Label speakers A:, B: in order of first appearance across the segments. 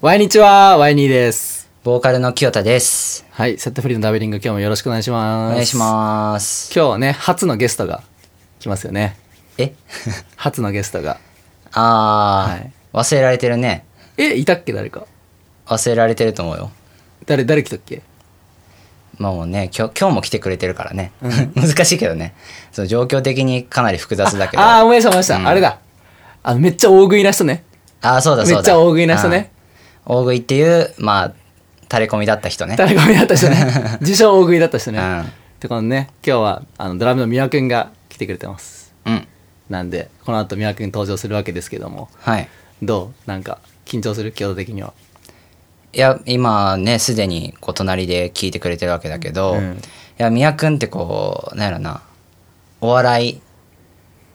A: ワイニチはワイニーです。
B: ボーカルの清田です。
A: はい、セットフリーのダベリング今日もよろしくお願いし
B: お
A: ます。
B: 願いします。
A: 今日はね、初のゲストが来ますよね。
B: え
A: 初のゲストが。
B: あー、
A: はい
B: 忘れられてるね。
A: え、いたっけ誰か。
B: 忘れられてると思うよ。
A: 誰、誰来たっけ
B: まあもうね、今日今日も来てくれてるからね。 難しいけどね。そう状況的にかなり複雑だけど。
A: あ
B: あ
A: あ、思い出した思い出した。あれだ。あの、めっちゃ大食いな人ね。
B: あー、そうだそうだ。
A: めっちゃ大食いな人ね
B: うん。大食いっていう、まあ、垂れ込みだった人ね。
A: 誰が目だった人ね。 自称大食いだった人ね。
B: うん
A: で、このね、今日は、あの、ドラムの宮くんが来てくれてます。
B: うん。
A: なんで、この後宮くん登場するわけですけども。
B: はい。
A: どうなんか、緊張する強度的には。
B: いや今ねすでにこう隣で聞いてくれてるわけだけど、
A: うん
B: いや宮君ってこうなんやろなお笑い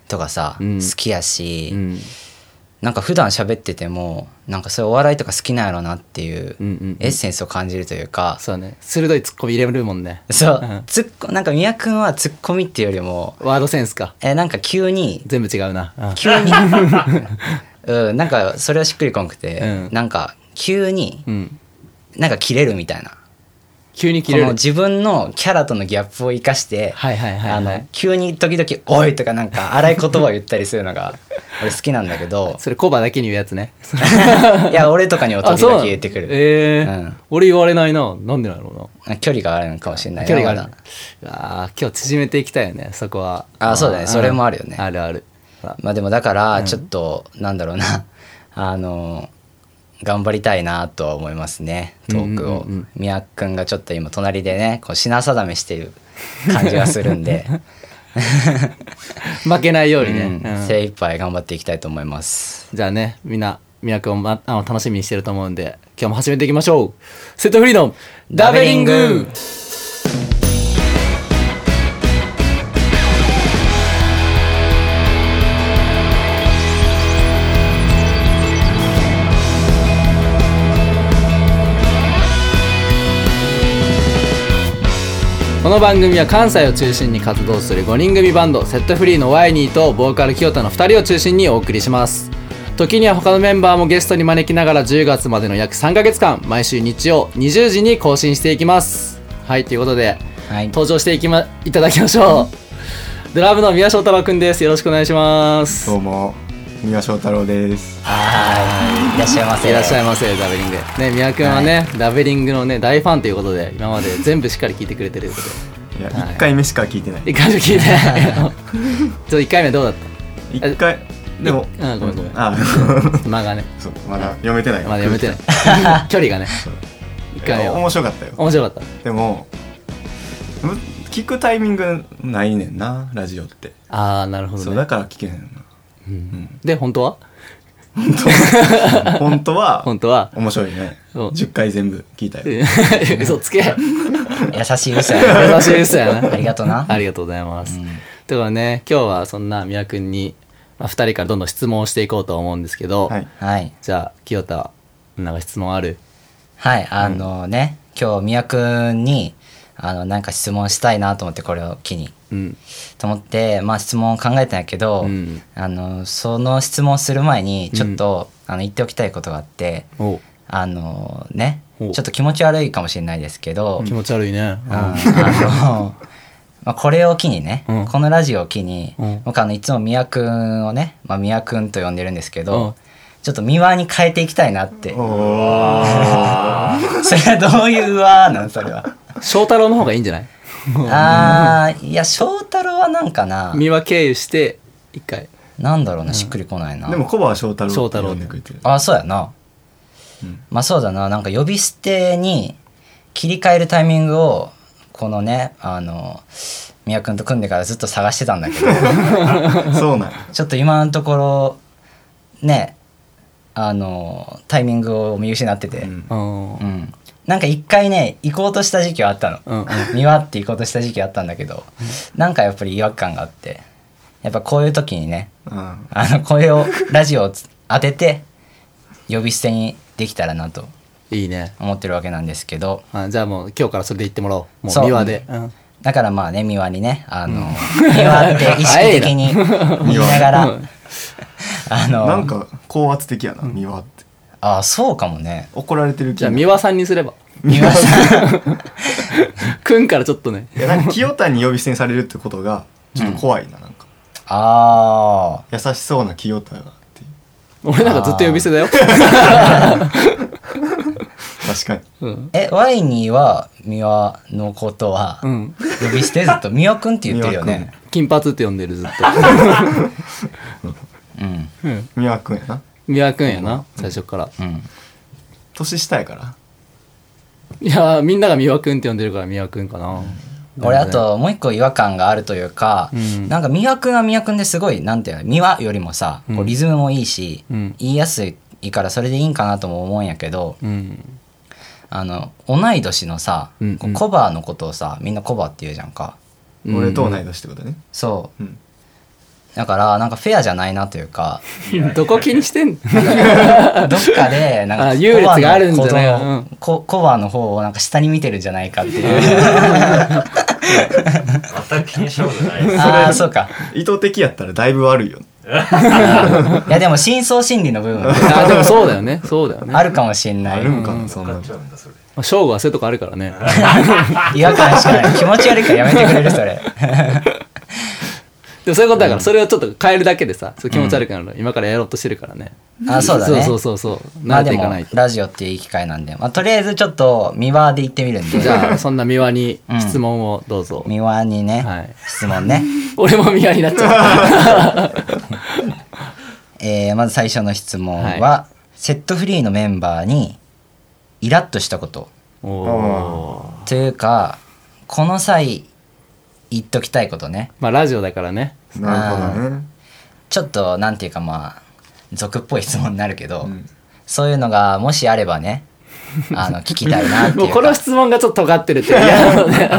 B: とかさ、
A: うん
B: 好きやし、
A: うん。
B: なんか普段喋っててもなんかそういうお笑いとか好きなんやろなっていう
A: うんうんうん
B: エッセンスを感じるというか、
A: そうだね。鋭いツッコミ入れるもんね。
B: そう、
A: うん
B: ツッコなんか宮君はツッコミっていうよりも
A: ワードセンスか。
B: えなんか急に
A: 全部違うな。うん
B: 急に、うん、なんかそれはしっくりこんくて、
A: うん
B: なんか急に
A: うん。
B: なんか切れるみたいな。
A: 急に切
B: こ
A: れ
B: の
A: る。
B: 自分のキャラとのギャップを生かして、
A: はいはいはいはい
B: あの急に時々「おい!」とかなんか荒い言葉を言ったりする のが俺好きなんだけど
A: それコバだけに言うやつ ね。
B: いや俺とかにも
A: あ
B: 時
A: そうな
B: 々
A: の
B: 言ってくる、
A: ええ
B: うん
A: 俺言われないな。なんでなの
B: 距離があるのかもしれ
A: な
B: ないな
A: 距離がある
B: まだ。
A: うわあ今日縮めていきたいよね、そこは。
B: あそうだね
A: ん
B: それもあるよね
A: あるある。あ
B: まあでもだからちょっと、なんだろうなあの頑張りたいなとは思いますねトーク
A: うん
B: を
A: うんうんうん
B: 宮っくんがちょっと今隣でねこう品定めしてる感じがする んで、
A: 負けないようにね。
B: うん
A: うん
B: 精一杯頑張っていきたいと思います
A: じゃあね、みんな、宮君を、ま、あの楽しみにしてると思うんで、今日も始めていきましょう。セットフリーのダベリン
B: ダベリン
A: グ
B: グ
A: この番組は関西を中心に活動する5人組バンドセットフリーのワイニーとボーカル清田の2人を中心にお送りします時には他のメンバーもゲストに招きながら10月までの約3ヶ月間毎週日曜20時に更新していきますはいということで
B: はい
A: 登場していき、ま、いただきましょうドラムの宮翔太郎くんですよろしくお願いします
C: どうも宮祥太郎です。
B: はいいらっしゃいませ
A: いらっしゃいませダベリングね宮君はね、ダベリングのね大ファンということで今まで全部しっかり聞いてくれてるということで
C: いや、
A: はい
C: 一回目しか聞いてない。
A: 一回目聞い てないちょっと1回目どうだった
C: 一回でも、
A: うんごめんごめん
C: あ、
A: 間がね
C: そうまだ読めてない。
A: まだ読めてない 距離がね一回目
C: いや
A: は
C: 面白かったよ。
A: 面白かっ
C: でもむ聞くタイミングないねんなラジオって。
A: たああなるほ
C: そ
A: ど
C: う
A: ね
C: だから聞けへんのな。
A: で本当は
C: 本当は
A: 本当は
C: 面白いね
A: そう。
C: 十回全部聞いたよ。
A: 嘘つけ
B: 優しい嘘やな
A: 優しい嘘やな
B: ありがと うな
A: ありがとうございます、ということでね今日はそんな宮君に、まあ、2人からどんどん質問をしていこうと思うんですけど、
C: はい。
B: はい
A: じゃあ清田なんか質問ある
B: はいあのね、今日宮君にあのなんか質問したいなと思ってこれを機に
A: うん
B: と思ってまあ質問を考えたんやけど、
A: うん
B: あのその質問する前にちょっと、あの言っておきたいことがあって
A: おう
B: あのねち
A: お
B: ょっと気持ち悪いかもしれないですけど、
A: 気持ち悪いね、うん
B: あの まあこれを機にね、
A: うん
B: このラジオを機に、
A: うん
B: 僕あのいつも宮くんをね、まあ、宮くんと呼んでるんですけど、
A: うん
B: ちょっと三輪に変えていきたいなって
C: おー
B: それはどういう輪なんそれは
A: 翔太郎の方がいいんじゃない
B: あーいや翔太郎はなんかな
A: 三輪経由して一回
B: なんだろうなしっくりこないな、
C: でもコバは祥太郎って
A: 翔太郎
C: 呼んでくれてる。
B: あそうやな、
C: うん
B: まあそうだななんか呼び捨てに切り替えるタイミングをこのねあの宮君と組んでからずっと探してたんだけど
C: そうなんや。
B: ちょっと今のところねあのタイミングを見失ってて、う
C: う
B: ん
C: ん
A: うんうん
B: なんか一回ね行こうとした時期はあったの、
A: うん
B: 見わって行こうとした時期あったんだけど、なんかやっぱり違和感があってやっぱこういう時にね
C: うん
B: あのこれをラジオをつ当てて呼び捨てにできたらなと
A: いいね
B: 思ってるわけなんですけど
A: あじゃあもう今日からそれで言ってもらおうもう
B: そう
A: 三輪で、うん
B: だからまあね三輪にねあの、三輪って意識的に 言いながら、あの
C: なんか高圧的やな、庭って。
B: ああそうかもね
C: 怒られてる気
A: じゃあ三輪さんにす れば
B: 三輪さん
A: くんからちょっとね
C: いやなんか清谷に呼び捨てにされるってことがちょっと怖いな,、なんか
B: ああ
C: 優しそうな清谷っていう
A: 俺なんかずっと呼び捨てだよ、
C: 確かに
A: うん
B: えワイニーは三輪のことは
A: うん、
B: 呼び捨て ずっと三輪くんって言ってるよね
A: 金髪って呼んでるずっ
B: うん
A: と、うん、
C: 三輪君やな
A: 三輪くんやな最初から
B: うん
C: 年下やから
A: いやーみんなが三輪くんって呼んでるから三輪くんかな、
B: 俺あともう一個違和感があるというか、
A: うん
B: なんか三輪君は三輪君ですごいなんていうの三輪よりもさ、こうリズムもいいし、
A: うん
B: 言いやすいからそれでいいんかなとも思うんやけど
A: うん
B: あの同い年のさ、
A: うん
B: こうコバのことをさみんなコバって言うじゃんか
A: うん
C: 俺と同い年ってことね
B: そ
C: うん
B: うだからなんかフェアじゃないなというか
A: どこ気にしてんの
B: どっかでなん
A: あ
B: か
A: 優劣があるんじゃない
B: コバのことをこコバの方をなんか下に見てるんじゃないかって いう
D: 全く気にしたことないです
B: ああそうか
C: 意図的やったらだいぶ悪いよ
B: いやでも深層心理の 部分
A: あでもそうだよねそうだよね、ま
B: あるかもしんな
C: あ
B: い
C: るんかなそん
D: 買
C: な
D: っちゃうんだそれ
A: あ、ショーゴはそういうとこあるからね
B: 違和感しかない気持ち悪いからやめてくれるそれ
A: でもそういうことだから、それをちょっと変えるだけでさそう気持ち悪くなるの、今からやろうとしてるからね
B: あそうだね
A: そうそうそうそう
B: ま
A: 慣
B: あ
A: れ
B: で
A: ていか
B: も
A: ないと、
B: ラジオっていういい機会なんで、まあ、とりあえずちょっと三輪で行ってみるんで
A: じゃあそんな三輪に
B: うん
A: 質問をどうぞ、
B: 三輪にね、
A: はい
B: 質問ね、
A: 俺も三輪になっちゃう
B: えーまず最初の質問は、セットフリーのメンバーにイラッとしたこと
A: おー
C: あ
B: というかこの際言っときたいことね
A: まあラジオだから ね
C: あなるほどね
B: ちょっとなんていうかまあ俗っぽい質問になるけど、
C: うん
B: そういうのがもしあれ ばねあの聞きたいなって
A: も
B: いうう
A: こ
B: か
A: の質問がちょっと尖ってるっていう嫌なのね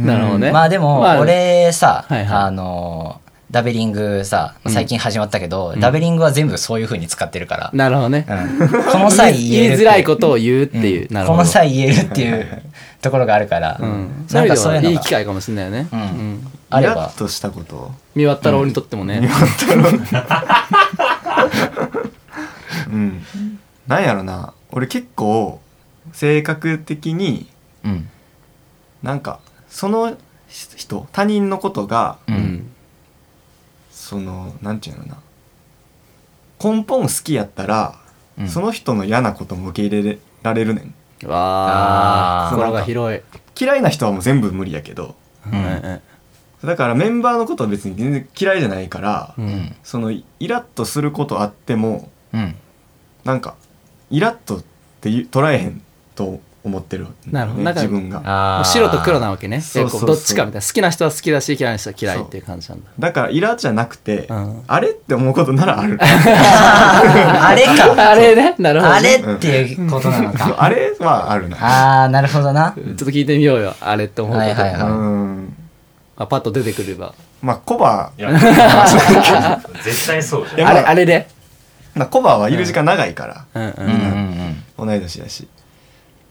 A: なるほどね
B: まあでも
A: まあ
B: 俺さ、
A: はいはい
B: あのダベリングさ最近始まったけど、ダベリングは全部そういう風に使ってるから、
A: なるほどね、
B: うんこの際言える
A: 言いづらいことを言うっていう、
B: うん
A: なるほ
B: こ
A: ど
B: の際言えるっていうところがあるから、
A: うん、そう
B: な
A: う意
B: いんか
A: 味
B: そ
A: では
B: ういうの
A: いい
B: が
A: 機会かもしれないよね、
B: うん
A: ん
B: あ
C: イ
B: れ
C: ラ
B: ば
C: ッとしたこと
A: 三輪太郎にとってもね、
C: うんなんやろな俺結構性格的に
B: うん
C: なんかその人他人のことが
B: う
A: うんん
C: そのなんていうのかな根本好きやったら、
B: うん
C: その人の嫌なことも受け入れられるねん
A: わあ
B: あー
A: 心が広い、
C: 嫌いな人はもう全部無理やけど
B: う
A: うんん
C: だからメンバーのことは別に全然嫌いじゃないから、
A: う
B: うんん
C: そのイラッとすることあっても
B: うん
C: なんかイラッとっていう捉えへんと思ってる、ね、
A: なるほどなんか
C: 自分が
B: あー
A: 白と黒なわけね
C: そうそう
A: 結構
C: そう
A: どっちかみたいな好きな人は好きだし嫌いな人は嫌いっていう感じなんだ
C: だからイラッじゃなくて、
A: うん
C: あれって思うことなら ある
B: あれか
A: あれねなるほどね
B: あれっていうことなの
C: そう
B: か
C: あれはあるな
B: ああなるほどな
A: ちょっと聞いてみようよあれって思うこと、
B: はいはいはい
C: うん
A: まあ、パッと出てくれば
C: まあコバ
D: いや絶対そうじゃん
C: いや
A: あれ
C: まあ
A: あれで、
C: まあコバはいる時間長いから、
A: うんうん
B: うんうんうん
C: 同い年だし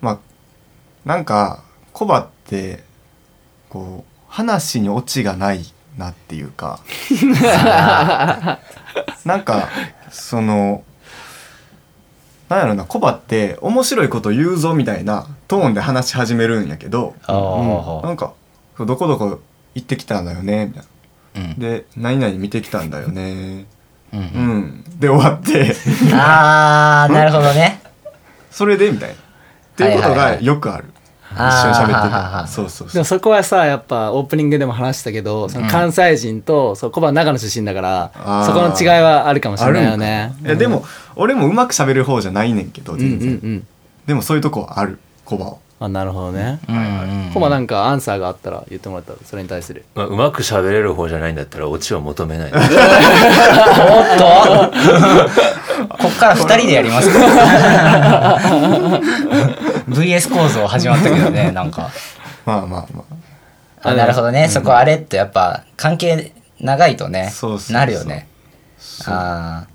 C: まあなんかコバってこう話にオチがないなっていう かなんかそのなんやろなコバって面白いこと言うぞみたいなトーンで話し始めるんやけど、
B: お
C: な
B: ー
C: んか「どこどこ行ってきたんだよね」みたいな
B: うん
C: 「で何々見てきたんだよね」
B: う
C: うんんで終わって
B: うんああなるほどね
C: それでみたいな。っていうことがよくある。一緒に
B: あ
C: 喋
B: ーは
C: っ
B: ーは
C: て
B: ーは
C: た。
B: ー
C: そうそう
A: で
C: そう
A: も。そこはさやっぱオープニングでも話したけどその関西人と、そう小判長野出身だから
C: あー
A: そこの違いはあるかもしれないよね
C: いやでも、俺もうまく喋る方じゃないねんけど、
A: うんうん
C: 全
A: う
C: 然。
A: ん
C: でもそういうとこはある、コバを。
A: あなるほどね、
B: うんうん
A: コバなんかアンサーがあったら言ってもらったらそれに対する
D: まあ、うまく喋れる方じゃないんだったらオチを求めない
B: おっとこっから二人でやり ますか VS 構造始まったけどねなんか
C: まあまあま
B: あなるほどね、そこあれってやっぱ関係長いとね
C: そうそうそう
B: なるよね
C: そう
B: あ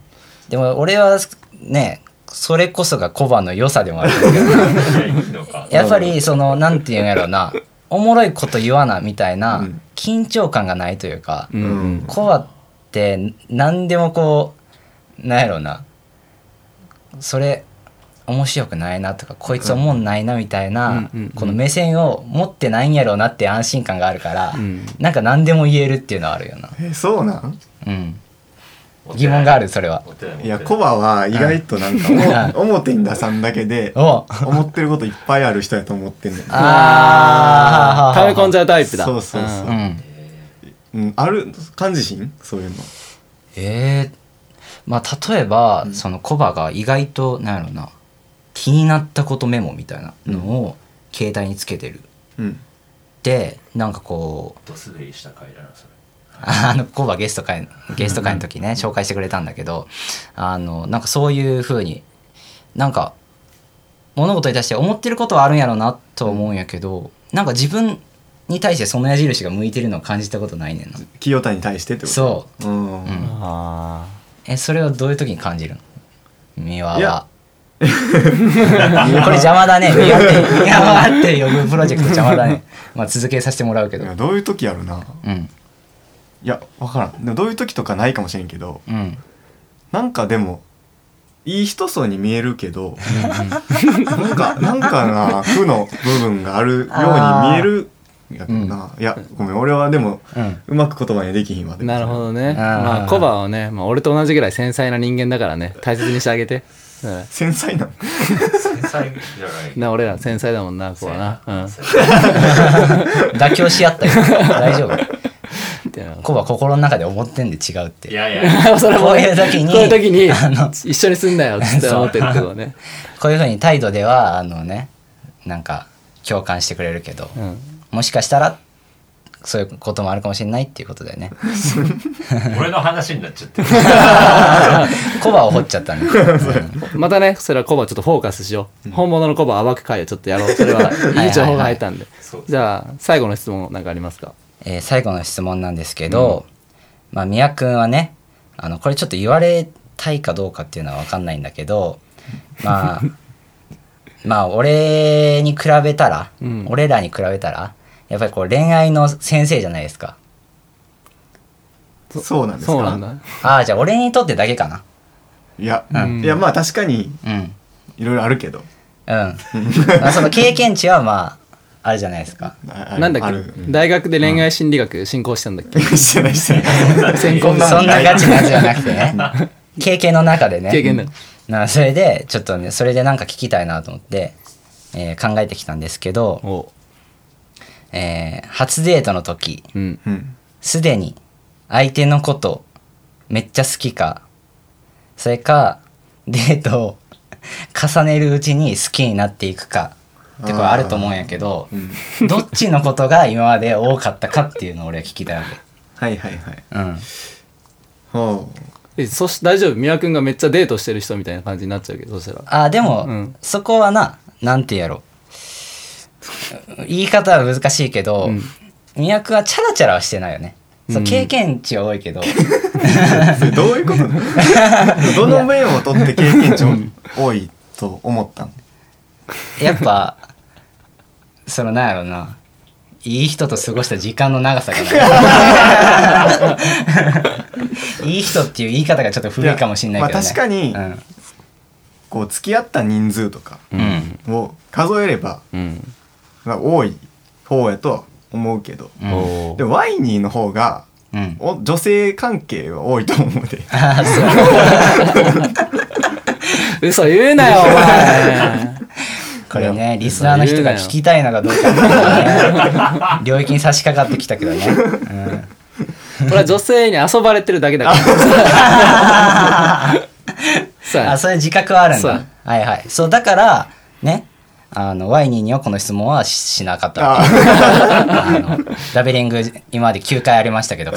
B: ーでも俺はねそれこそがコバの良さでもあるんだけどやっぱりそのなんていうんやろうなおもろいこと言わなみたいな
C: うん
B: 緊張感がないというか、
A: うんうん
B: コバって何でもこうなんやろうなそれ面白くないなとかこいつおもんないなみたいな、
A: うんうんうん
B: この目線を持ってないんやろうなって安心感があるから、
A: うん
B: なんか何でも言えるっていうのはあるよな、
C: えそうなん
B: うん、疑問があるそれは
D: 持ってない。持ってない
C: いやコバは意外となんかお表に出さんだけで
B: お
C: 思ってることいっぱいある人やと思ってんねん
B: あ
A: 溜め込ん
B: じ
A: じゃうタイプだ
C: そうそう
A: う
C: そ
A: ん
C: う
B: う、ん
C: うん、ある感じしんそういうの
B: えーまあ例えば、そのコバが意外となんやろな気になったことメモみたいなのを携帯につけてる、
C: うん
B: でなんかこう
D: ドスベリした回だなそれ。
B: あのコバゲスト会ゲスト会の時ね紹介してくれたんだけどあのなんかそういうふうになんか物事に対して思ってることはあるんやろうなと思うんやけどなんか自分に対してその矢印が向いてるのを感じたことないねんな
C: 清田に対してってこと、
B: そう
C: うん
B: う、うん
A: あ
B: えそれをどういう時に感じるのミワ
C: い
B: は こ
C: や
B: れ邪魔だ ねミワってミワって呼ぶプロジェクト邪魔だねまあ続けさせてもらうけ
C: い
B: ど
C: やどういう時やるな
B: うん
C: いや分からんでもどういう時とかないかもしれんけど
B: うんうん
C: なんかでもいい人そうに見えるけどなんかなんかな負の部分があるように見えるや
B: ー
C: な、いやごめん俺はでも
B: うん
C: うまく言葉にできひんわ
A: あなるほどね
B: ん
A: ま
B: う
A: あ
B: ん
A: コバはね、まあ、俺と同じぐらい繊細な人間だからね大切にしてあげて、うん
C: 繊細なの
D: 繊細じゃない。
A: な俺ら繊細だもんなコバなうん
B: 妥協し合ったよ 大丈夫
A: っていうの
B: コバ心の中で思ってんで違うって
D: いやい や。
A: それもね
B: こういう時に
A: こういう時に
B: あの
A: 一緒にすんなよって思ってるってことね
B: こういうふうに態度ではあのねなんか共感してくれるけど、
A: うん
B: もしかしたらそういうこともあるかもしれないっていうことだよね
D: 俺の話になっちゃってる。
B: コバを掘っちゃったね、うん
A: またねそれはコバちょっとフォーカスしよう、本物のコバ暴く会をちょっとやろうそれはいい情報が入ったんで
D: そう
A: じゃあ最後の質問なんかありますか
B: えー最後の質問なんですけど、まあ宮君はねあのこれちょっと言われたいかどうかっていうのは分かんないんだ けどまあまあ俺に比べたら、
A: うん
B: 俺らに比べたらやっぱりこう恋愛の先生じゃないですか
C: そうなんですか
A: そうなんだ
B: ああじゃあ俺にとってだけかない
C: や、
A: うん
C: いやまあ確かに
B: うん
C: いろいろあるけど
B: うん、まあその経験値はまああるじゃないですか。
C: ああ
A: なんだ
C: あ
A: っ
C: る
A: け大学で恋愛心理学進行したんだっけ
C: してないして ない
A: 専
B: そ
A: 攻
B: ん
A: な
B: な
A: のに
B: ガチなやつじゃなくてね 経験の中でね
A: 経験の中
B: なそれでちょっとねそれでなんか聞きたいなと思って、えー考えてきたんですけど、
A: お
B: えー初デートの時
A: うん
C: うん
B: すでに相手のことめっちゃ好きかそれかデートを重ねるうちに好きになっていくかってこれあると思うんやけど
C: う、ん
B: どっちのことが今まで多かったかっていうのを俺は聞きたいわ
C: はいはいはい
B: け。うん
C: ほ
A: えそし大丈夫宮君がめっちゃデートしてる人みたいな感じになっちゃうけどそしたら
B: あでも、
A: うん
B: そこはななんてやろう言い方は難しいけど、
A: うん
B: 宮古はチャラチャラはしてないよね、そう
A: うん
B: 経験値は多いけど
C: うそれど ういうこと なのどの面を取って経験値多いと思ったん
B: やっぱそのなんやろうないい人と過ごした時間の長さがないいい人っていう言い方がちょっと古いかもしれないけど、ね
C: いやまあ確かにこう付き合った人数とか
B: うん、うん
C: を数えれば
A: うん
C: まあ多い方やとは思うけど、
B: うん
A: お
C: でもワイニーの方が
B: うん
C: お女性関係は多いと思うで
B: あーそう
A: 嘘言うなよお前
B: これねリスナーの人が聞きたいのかどうかっていうね領域に差し掛かってきたけどね、うん
A: 俺は女性に遊ばれてるだけだからそうやね
B: あそういう自覚はあるん
A: そう
B: だはいはいそうだからねあのワイニーにはこの質問はししなかったわけあのラベリング今まで9回ありましたけど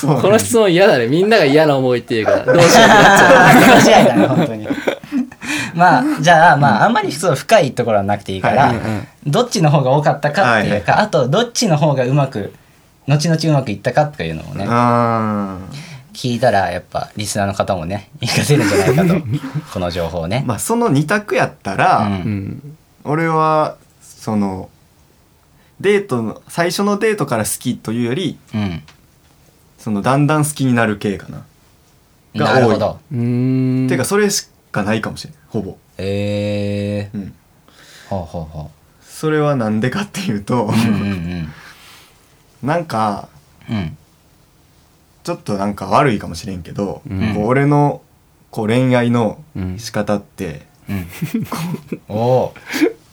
C: そう
A: この質問嫌だねみんなが嫌な思いっていうからどうしようってなっちゃう
B: 間違いだね本当にまあじゃあまああんまりそう深いところはなくていいから、
C: はい
B: どっちの方が多かったかっていうか、あとどっちの方がうまく後々うまくいったかっていうのをね
C: あ
B: 聞いたらやっぱリスナーの方もね活かせるんじゃないかとこの情報を
C: ー
B: ね、
C: まあその二択やったら、
A: う
B: う
A: んん
C: 俺はそのデートの最初のデートから好きというより
B: うん
C: そのだんだん好きになる系かなが
B: なる
C: 多い
B: ほど。
A: うーん
C: ていうかそれしかないかもしれないほぼ、
B: ええ
C: うん、
B: ー。はあ、はあは
C: それはなんでかっていうと
B: あ、うんうん
C: なんか
B: うん。うん。
C: ちょっとなんか悪いかもしれんけど、
A: うん
C: こう俺のこう恋愛の
A: うん
C: 仕方って
B: うん。おー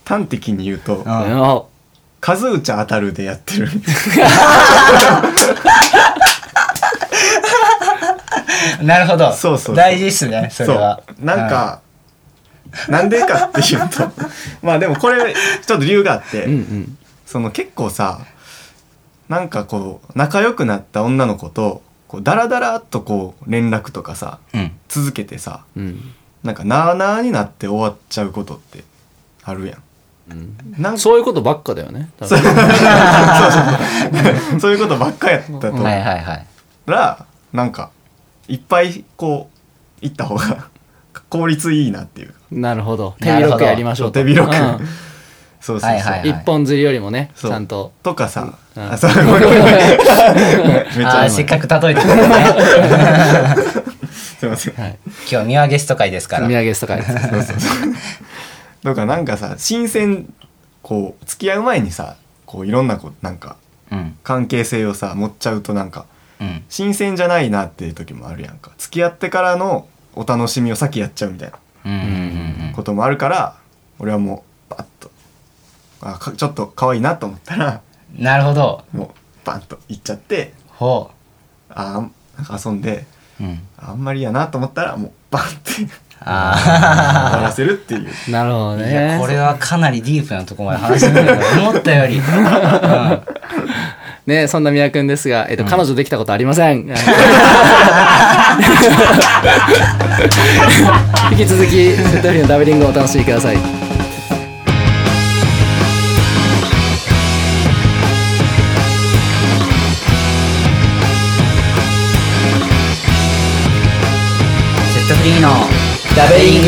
C: 端的に言うと
B: あ
A: あ
C: 「数打ちゃ当たる」でや ってる
B: なるほど。
C: そうそう
B: 大事っすね、それは。
C: うなんか、なんでかっていう とまあでもこれちょっと理由があって、
A: うんうん
C: その結構さなんかこう仲良くなった女の子とこうダラダラっとこう連絡とかさ
B: うん。うん。
C: 続けてさ
A: うん
C: なんかなあなあになって終わっちゃうことってあるやん。なんか
A: そういうことばっかだよね多分
C: そういうことばっかやったと
B: はいはいはい。
C: らなんかいっぱいこう行った方が効率いいなっていう
A: なるほど手
B: なるほど
A: 広くやりましょうと
C: 手広く
A: うん
C: そうそうそう、
B: はいはいはい。
A: 一本釣りよりもねち
C: そう
A: ゃんと
C: とかさ、
A: うん
C: あそうごめんごめんめっち
B: あ
C: ゃ
B: あー、せっか
C: く
B: く例えてくれたね。
C: すいません
A: はい
B: 今日、三輪ゲスト会ですか
A: 積
B: ら。
A: み
B: はい
A: 上げとかです
C: そうそうそうとかなんかさ新鮮こう付き合う前にさこういろんなこうなんか
B: うん。
C: 関係性をさ持っちゃうとなんか
B: うん。
C: 新鮮じゃないなっていう時もあるやんか付き合ってからのお楽しみを先やっちゃうみたいな
B: うんうんうん
C: こともあるから俺はもうバッとあかちょっと可愛いなと思ったら
B: うん。なるほど。
C: もうバンと行っちゃって
B: ほ
C: あーなんか遊んで
B: う。うん。
C: あんまりやなと思ったらもうバンって終
B: あ
C: わらせるって いう
A: なるほど
B: あ。いや、
A: ね
B: これはかなりディープなとこまで話してくれた思った より。うん。
A: ねそんな宮君ですが、えっと彼女できたことありません 引き続きセットフリーのダブリングをお楽しみください
B: セットフリーのダブリン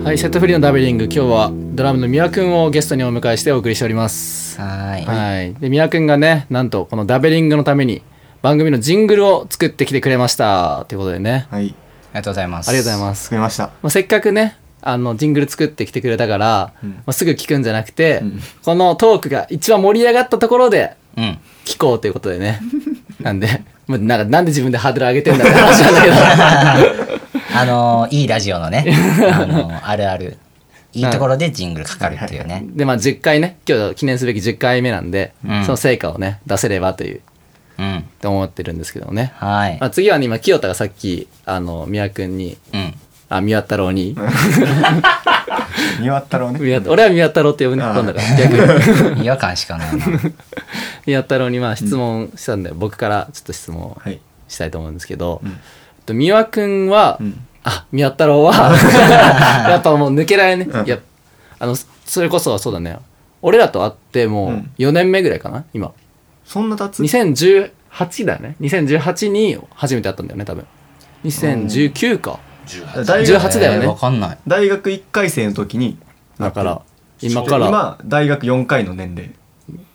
B: グ
A: はいセットフリーのダブリング今日はドラムの宮君をゲストにお迎えしてお送りしております
B: はい
A: はいで宮君がねなんとこのダブリングのために番組のジングルを作ってきてくれましたということでね
C: はい
B: ありがとうございます
A: ありがとうございま
B: す
A: す
C: 作りました
A: まあ、せっかくねあのジングル作ってきてくれたから、
C: うん
A: まあ、すぐ聞くんじゃなくて、
C: うん
A: このトークが一番盛り上がったところで
B: うん
A: 聞こうということでねなんで、まあ、なんかなんで自分でハードル上げてんだって話なんだけど
B: あのーいいラジオのねあのーあるあるいいところでジングルかかるっていうね
A: でまあ10回ね今日記念すべき10回目なんで、
B: うん
A: その成果をね出せればという
B: うん
A: と思ってるんですけどもね、
B: はい
A: まあ、次はね今清田がさっきあの宮君に
B: うん
A: あ宮太郎に
C: 見終わったろうね
A: 宮俺は宮太郎って呼ぶね今度から逆に。
B: 違和感しかないな
A: 宮太郎にまあ質問したんで、僕からちょっと質問を
C: はい
A: したいと思うんですけど、
C: うん
A: と三輪君は、
C: うん
A: あ宮太郎 はやっぱもう抜けられね、
C: うん
A: いやあのそれこそそうだね俺らと会ってもううん4年目ぐらいかな今
C: そんな経つ
A: 2018だよね2018に初めて会ったんだよね多分2019か、
D: 18
C: 大学
A: 18だよね
B: えーわかんない
C: 大学1回生の時に
A: だから今
D: そう
A: から
C: 今大学4回の年齢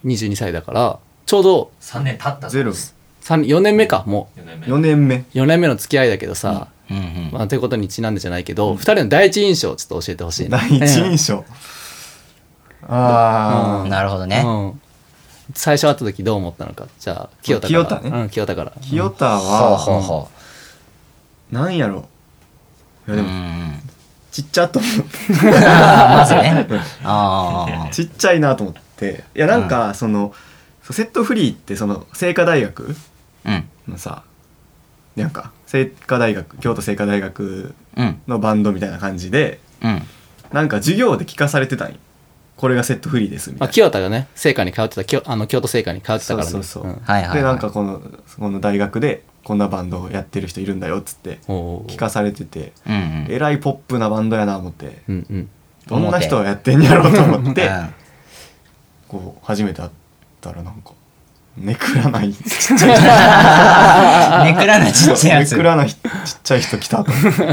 A: 22歳だからちょうど
D: 3年経った
C: ゼロ
A: 3 4年目かも
C: 4
D: 4年目
C: 年目
A: う4年目の付き合いだけどさ、
B: うんうん
A: まあ、ということにちなんでじゃないけど、二人の第一印象をちょっと教えてほしいね
C: 第一印象ああ
B: なるほど
A: う
B: ね
A: んうん最初会った時どう思ったのかじゃあ清田から
C: 清田ね
A: うん清田から
C: 清田
B: ほうほう
C: は
B: ほ
C: なんやろいうや
B: うん
C: で
B: うん
C: もちっちゃと思っ て
B: まずねああ
C: ちっちゃいなと思っていやなんかそのそうセットフリーってその清華大学
B: うん
C: のさなんか清華大学京都清華大学
B: うん
C: のバンドみたいな感じで
B: うん
C: なんか授業で聞かされてたんよこれがセットフリーですみた
A: まあ、
C: いな
A: 清田がね聖火に通ってたきょあの京都聖火に通ってたからね
C: そうそうそう
B: はいはいはい
C: でなんかこのこの大学でこんなバンドをやってる人いるんだよっつって
A: うんおうおう
C: 聞かされてて
B: うんうん
C: えらいポップなバンドやな思って
A: うんうん
C: どんな人がやってんやろうと思っ
B: う
C: て
B: ん
C: こ う初めて会ったらなんかネクラない
B: めくくらなちっちゃいやつ
C: いくらなひちっちゃい人来たと思って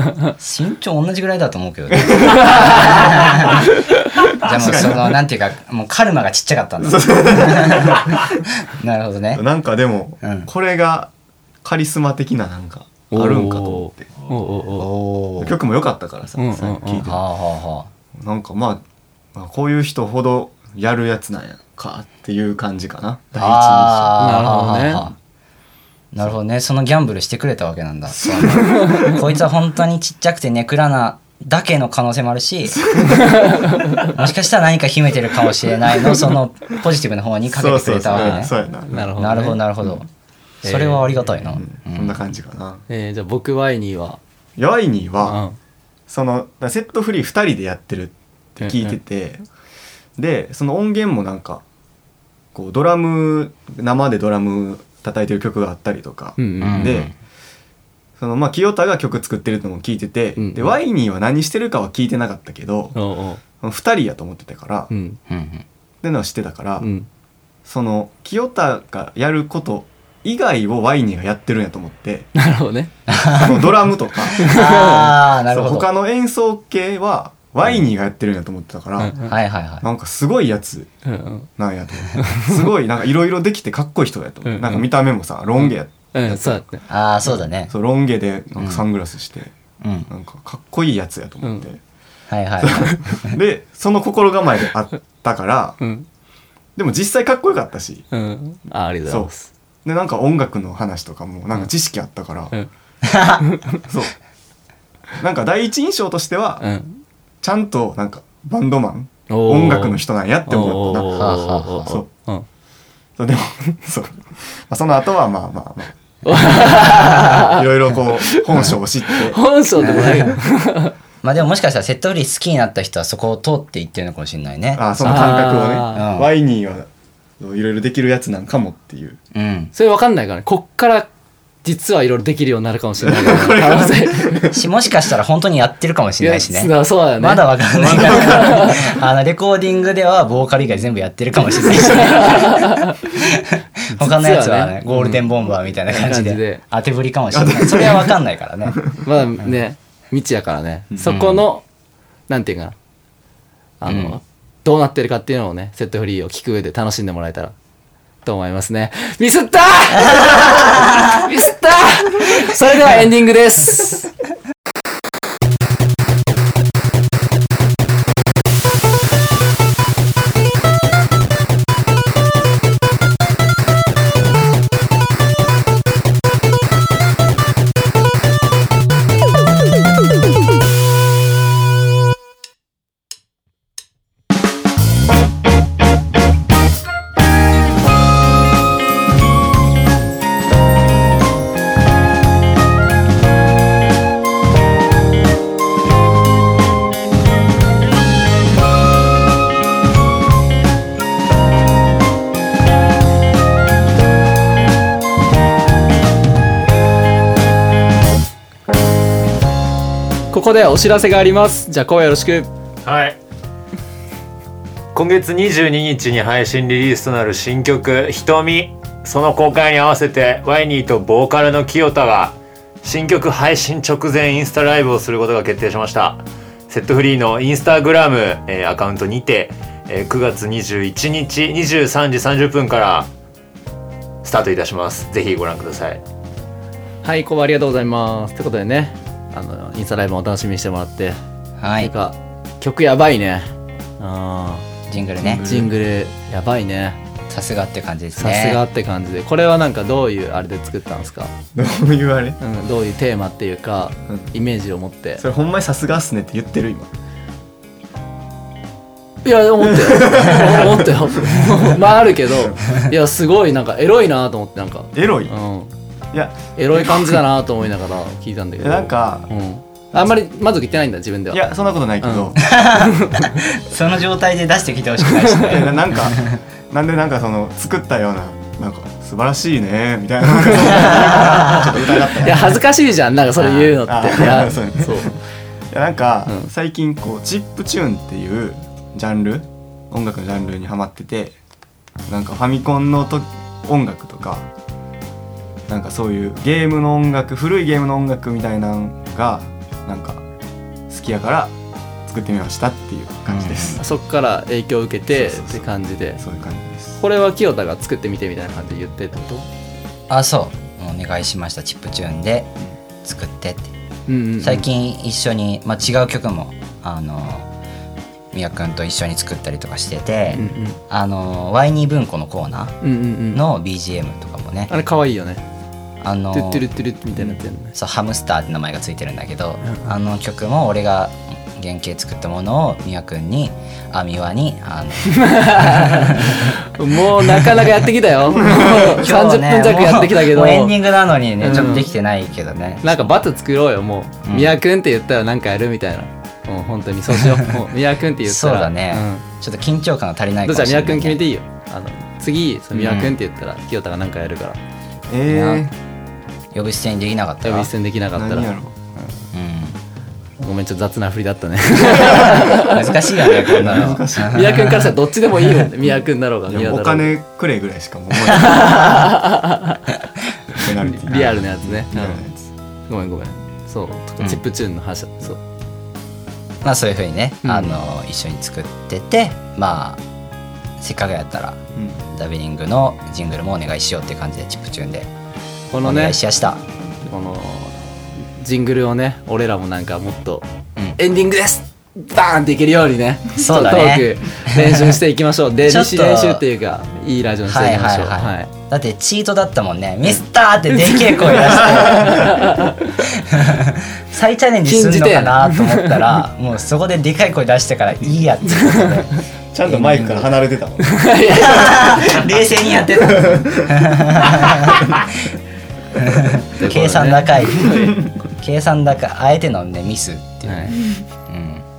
B: 身長同じぐらいだと思うけ どねじゃあもうそのなんていうかもうカルマがちっちゃかったん だなるほどね
C: なんかでも、
B: うん
C: これがカリスマ的ななんか あるんかと思って
A: おうおうおう
B: おおー
C: 曲も良かったからさ、
A: うんうんうん
C: さっき聞いて
B: はあはあは
C: なんかまあ、まあこういう人ほどやるやつなんやかっていう感じかな第一印
B: あ
A: なるほどね
B: あーはあはあはあなるほどねそのギャンブルしてくれたわけなんだそ のこいつは本当にちっちゃくてネクラなだけの可能性もあるしもしかしたら何か秘めてるかもしれないのそのポジティブな方に
C: 象
B: かけてくれたわけね
C: そうそうそううんそう
A: な
C: やな
A: るほどね
B: なるほどなるほど、それはありがたいな、
C: うんこんな感じかな
A: えーじゃあ僕ワイニーは
C: ヤイニーは、
A: うん
C: そのセットフリー2人でやってるって聞いてて、でその音源もなんかこうドラム生でドラム叩いてる曲があったりとか、
A: うんうん
B: う
C: で
B: ん
C: そのまあ清田が曲作ってるのも聞いてて、
A: うん
C: でワイニーは何してるかは聞いてなかったけど、
A: おうおう
C: 2人やと思ってたから、
A: う
C: っ
A: ん
B: うんうん
C: てのは知ってたから、
A: うん
C: その清田がやること以外をワイニーがやってるんやと思って
A: なるほどね
C: そのドラムとか
B: ああなるほ
C: そう
B: ど
C: 他の演奏系はワイニーがやってるんやと思ってたから、
A: うん
B: はいはいはい
C: なんかすごいやつ
A: うんうん
C: なんやと思ってすごいなんかいろいろできてかっこいい人やと思って、
A: うん
C: なんか見た目もさロン毛や、
A: うんそうだった
B: ああそうだね
C: そうロン毛でなんかサングラスして、
B: うん
C: なんかかっこいいやつやと思って、
B: はいはいはい
C: でその心構えであったから
A: うん
C: でも実際かっこよかったし
A: うんあありがとうございます
C: でなんか音楽の話とかもなんか知識あったから、
A: うん
C: そうなんか第一印象としては、
A: うん
C: ちゃんとなんかバンドマン
A: おー
C: 音楽の人なんやって思った
A: おー
C: な
A: お
B: はあ
A: ー
B: はあ
A: おー
C: そう
A: うん
C: そうでも そう、まあ、その後はまあまあま あいろいろこう本性を知って
A: 本性でもないよ
B: まあでももしかしたらセットフリー好きになった人はそこを通っていってるのかもしれないね
C: あその感覚をね
A: あ
B: ー
C: ワイニーはいろいろできるやつなんかもっていう
B: うん
A: それ分かんないからねこっから実はいろいろできるようになるかもしれ ないから可能性
B: しもしかしたら本当にやってるかもしれないしね
A: いやそうだよね
B: まだわかんないからあのレコーディングではボーカル以外全部やってるかもしれないし、 他のやつは
A: 実は
B: ね
A: ね
B: ゴールデンボンバーみたいな感じ
A: うん感じで
B: で当てぶりかもしれないそれはわかんないからね
A: まだね未知やからねそこのなんていうかなあの、
B: うん
A: どうなってるかっていうのをねセットフリーを聞く上で楽しんでもらえたらと思いますねミスった ミスったそれではエンディングですここでお知らせがありますじゃあこうよろしく
D: はい今月22日に配信リリースとなる新曲「瞳」その公開に合わせてワイニーとボーカルの清田が新曲配信直前インスタライブをすることが決定しましたセットフリーのインスタグラム、えーアカウントにて、えー9月21日23時30分からスタートいたしますぜひご覧ください
A: はいこうありがとうございますということでねあのインスタライブもお楽しみにしてもらって、
B: は
A: なん
B: い
A: か曲やばいねあ
B: ジングルね
A: ジングルやばいね
B: さすがって感じです
A: さ
B: ね
A: すがって感じでこれはなんかどういうあれで作ったんですか、
C: どういうあれ
A: うん、どういうテーマっていうか、
C: うん
A: イメージを持って
C: それほんまにさすがっすねって言ってる今
A: いや思 ってよ思ってよまああるけどいやすごいなんかエロいなと思ってなんか、
C: エロい、
A: う
C: い
A: ん、
C: や
A: エロい感じだなと思いながら聞いたんだけど
C: なん、か
A: うん、あんまり満足いってないんだ自分ではい
C: やそんなことないけど、
A: うん
B: その状態で出してきてほしくないし
C: いや
B: ね
C: なな んかなんでなんかその作ったようななんか素晴らしいねみたいななんかちょっと疑った
A: い
C: な
A: や恥ずかしいじゃんなんかそれ言うのっ
C: あ
A: て
C: ー
A: い や
C: そう
A: そう
C: いやなんか、
A: うん
C: 最近こうチップチューンっていうジャンル音楽のジャンルにハマっててなんかファミコンのと音楽とかなんかそういうゲームの音楽古いゲームの音楽みたいなのがなんか好きやから作ってみましたっていう感じです、
A: そっから影響を受けて
C: そうそう
A: っ
C: そう
A: て感じで
C: そういう感じです
A: これは清田が作ってみてみたいな感じで言ってってこと
B: あそうお願いしましたチップチューンで作ってって
A: うんうんうん
B: 最近一緒に、まあ、違う曲もあの宮君と一緒に作ったりとかしてて、
A: うん
B: あのワイニー文庫のコーナー
A: うんうんうんうん
B: の BGM とかもね
A: あれ可愛いよね
B: あの
A: トゥットゥルトゥルみたいなやつやんね
B: そうハムスターって名前がついてるんだけど、
A: うん
B: あの曲も俺が原型作ったものを宮君にあ美和にあ の
A: もうなかなかやってきたよもう
B: 今日
A: 30
B: ね
A: 分弱やってきたけど
B: もうもうエンディングなのにね、
A: うん
B: ちょっとできてないけどね
A: なんかバツ作ろうよもう
B: う
A: 「
B: ん
A: みやくん」って言ったらなんかやるみたいなもう本当にそうしよ うもうみやくんって言った
B: そ
A: ら
B: うだね、ちょっと緊張感が足りな
A: う
B: い
A: ん
B: か
A: どうし
B: も
A: た
B: し
A: ら
B: れ
A: み
B: な
A: やくん
B: い
A: 決めていいよあの次そのみやくんって言ったら清田がなんかやるから
C: えー、
B: 呼び捨てにできなかった
A: 多
B: ら
A: 分一戦できなかった
C: 何や
A: ら
C: ろ
A: ごめんちょっと雑な振りだった ね
B: うん、難しいよねこんなの
A: みやくんからしたらどっちでもいいよねみやくんだろうが
C: い
A: みや
C: や
A: だろ
C: お
A: うが
C: 金くれぐらいしかもう思えない ペナルティー
A: リアルなやつね
C: リアルなやつ
A: うんごめんごめんそう
B: うん
A: チップチューンの話だったそう
B: まあそういうふうにね、
A: うん
B: あの一緒に作っててまあせっかくやったら
C: うん
B: ダビリングのジングルもお願いしようっていう感じでチップチューンで
A: こ
B: お
A: の
B: 願
A: ね
B: いしやした、
A: このジングルをね俺らもなんかもっと
B: うん
A: エンディングですバーンっていけるようにね
B: そうだね
A: ちょっとトーク練習していきましょうで
B: ちょ
A: 練
B: っと
A: 習練習っていうかいいラジオにしていきましょう
B: はいはい
A: は
B: はいだってチートだったもんね「ミスター!」ってでけえ声出して再チャレンジすんのかなと思ったらもうそこででかい声出してからいいやってことで
C: ちゃんとマイクから離れてたもん、ね、
B: 冷静にやって た計算高い計算高い相手のねミスっていう、
A: はい
B: うん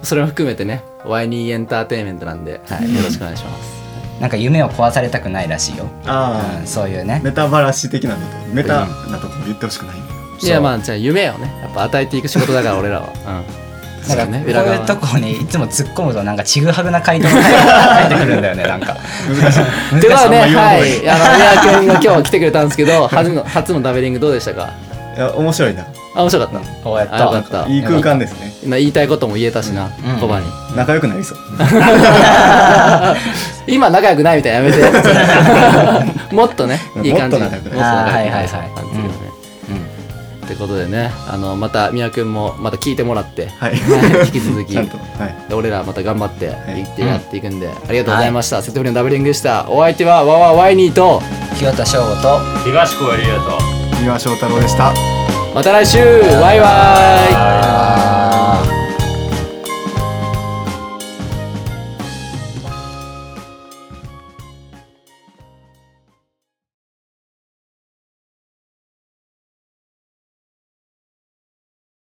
A: それも含めてねワイニーエンターテインメントなんではいよろしくお願いします
B: なんか夢を壊されたくないらしいよ、
C: ああ
B: うん、そういうね
C: メタバラシ的なことメタなことも言ってほしくない、
A: いやまあじゃあ夢をねやっぱ与えていく仕事だから俺らはうん
B: な
A: そ
B: ん
A: うだ
B: かこう
A: ね
B: い
A: 裏側
B: うとこにいつも突っ込むとなんかちぐはぐな回答が 返ってくるんだよねなんか
C: 難しい
A: ではね、
C: 難しいま
A: は
C: あ言わん方
A: い、あの、宮君が今日来てくれたんですけど、 初の、初のダベリングどうでしたか。
C: いや面白いな
A: あ、面白かっ
B: こうやっ
A: あよかったた
C: いい空間ですね
A: た。今言いたいことも言えたしな
B: うん、
A: コバに。
C: 仲良くなりそう
A: 今仲良くないみたいなやめて。もっとね、いい感じ。
C: もっと仲良
A: もっと仲良
C: くなる
A: くなる
B: あーはいはいはい
A: 感じですよね。ってことでね、あの、また宮君も、また聞いてもらって。
C: はい
A: 引き続き
C: ちゃんとはい
A: で俺らまた頑張って
C: い
A: いってやっていくんで、ありがとうございました、セットフリーのダベリングでしたお相手はわわワイニーと
B: 清田翔吾と
D: 東小エリアと
C: 三輪翔太郎でした
A: また来週バイバイ
B: あー